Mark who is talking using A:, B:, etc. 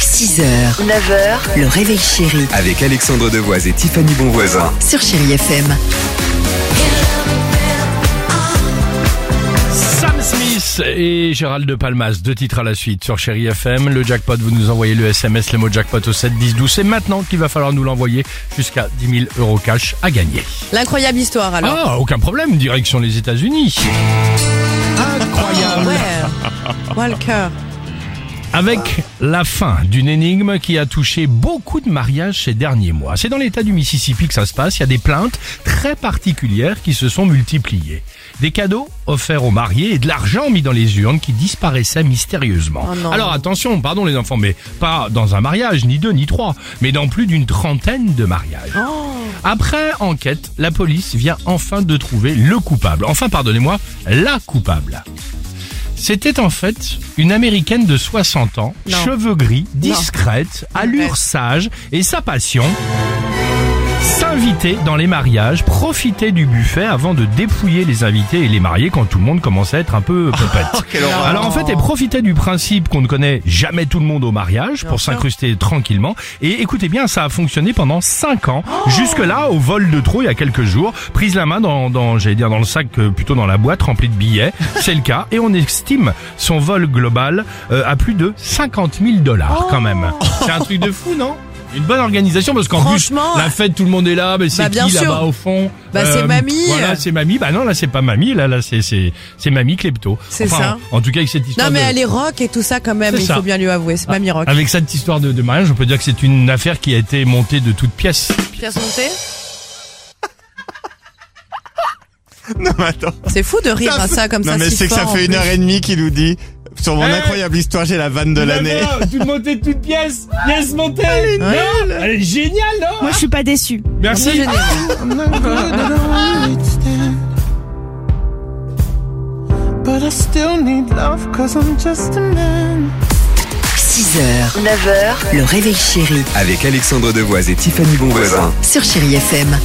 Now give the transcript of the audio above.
A: 6h, 9h, le réveil chéri
B: Avec Alexandre Devoise et Tiffany Bonvoisin.
A: sur Chérie FM.
C: Sam Smith et Gérald de Palmas, deux titres à la suite sur Chéri FM. Le jackpot, vous nous envoyez le SMS, le mot jackpot au 7 10 12. C'est maintenant qu'il va falloir nous l'envoyer jusqu'à 10 000 euros cash à gagner.
D: L'incroyable histoire alors.
C: Ah, aucun problème, direction les États-Unis. Incroyable.
D: Ouais. Moi le cœur.
C: Avec la fin d'une énigme qui a touché beaucoup de mariages ces derniers mois. C'est dans l'état du Mississippi que ça se passe. Il y a des plaintes très particulières qui se sont multipliées. Des cadeaux offerts aux mariés et de l'argent mis dans les urnes qui disparaissaient mystérieusement.
D: Oh non.
C: Alors attention, pardon les enfants, mais pas dans un mariage, ni deux, ni trois, mais dans plus d'une trentaine de mariages.
D: Oh.
C: Après enquête, la police vient enfin de trouver le coupable. Enfin, pardonnez-moi, la coupable. C'était en fait une américaine de 60 ans,
D: Non.
C: cheveux gris, discrète, allure sage et sa passion. S'inviter dans les mariages, profiter du buffet avant de dépouiller les invités et les mariés quand tout le monde commence à être un peu
D: Oh,
C: popette. Alors en fait, elle profitait du principe qu'on ne connaît jamais tout le monde au mariage pour
D: sûr.
C: s'incruster tranquillement. Et écoutez bien, ça a fonctionné pendant 5 ans. Jusque-là, au vol de trou, il y a quelques jours, prise la main dans, dans j'allais dire dans le sac, euh, plutôt dans la boîte remplie de billets. C'est le cas. Et on estime son vol global euh, à plus de 50 000 dollars quand même.
D: Oh.
C: C'est un truc de fou, non une bonne organisation parce qu'en plus
D: Franchement,
C: la fête tout le monde est là mais c'est
D: Bah, bien
C: qui là-bas
D: sûr.
C: au fond Euh,
D: Bah, c'est mamie.
C: voilà c'est mamie bah non là c'est pas mamie là là c'est c'est c'est mamie klepto
D: C'est
C: Enfin,
D: ça.
C: en tout cas avec cette histoire
D: Non mais
C: de-
D: elle est rock et tout ça quand même,
C: C'est
D: il
C: ça.
D: faut bien lui avouer,
E: Ah.
D: c'est Mamie Rock.
C: avec cette histoire de, de mariage, on peut dire que c'est une affaire qui a été montée de toutes pièces.
D: Pièce montée Non mais attends. C'est fou de rire à ça comme ça.
E: Non mais
D: si
E: c'est que ça
D: fort, en
E: fait une
D: plus.
E: heure et demie qu'il nous dit sur mon
C: Eh
E: incroyable histoire j'ai la vanne de l'année.
C: Toute montée de toutes pièces Yes, montée Non Elle est géniale, non
F: Moi, je suis pas déçue.
C: Merci
G: But I still need love cause I'm just a man.
A: 6h, 9h, le réveil chéri
B: Avec Alexandre Devoise et Tiffany Bonvoisin.
A: sur Chérie FM.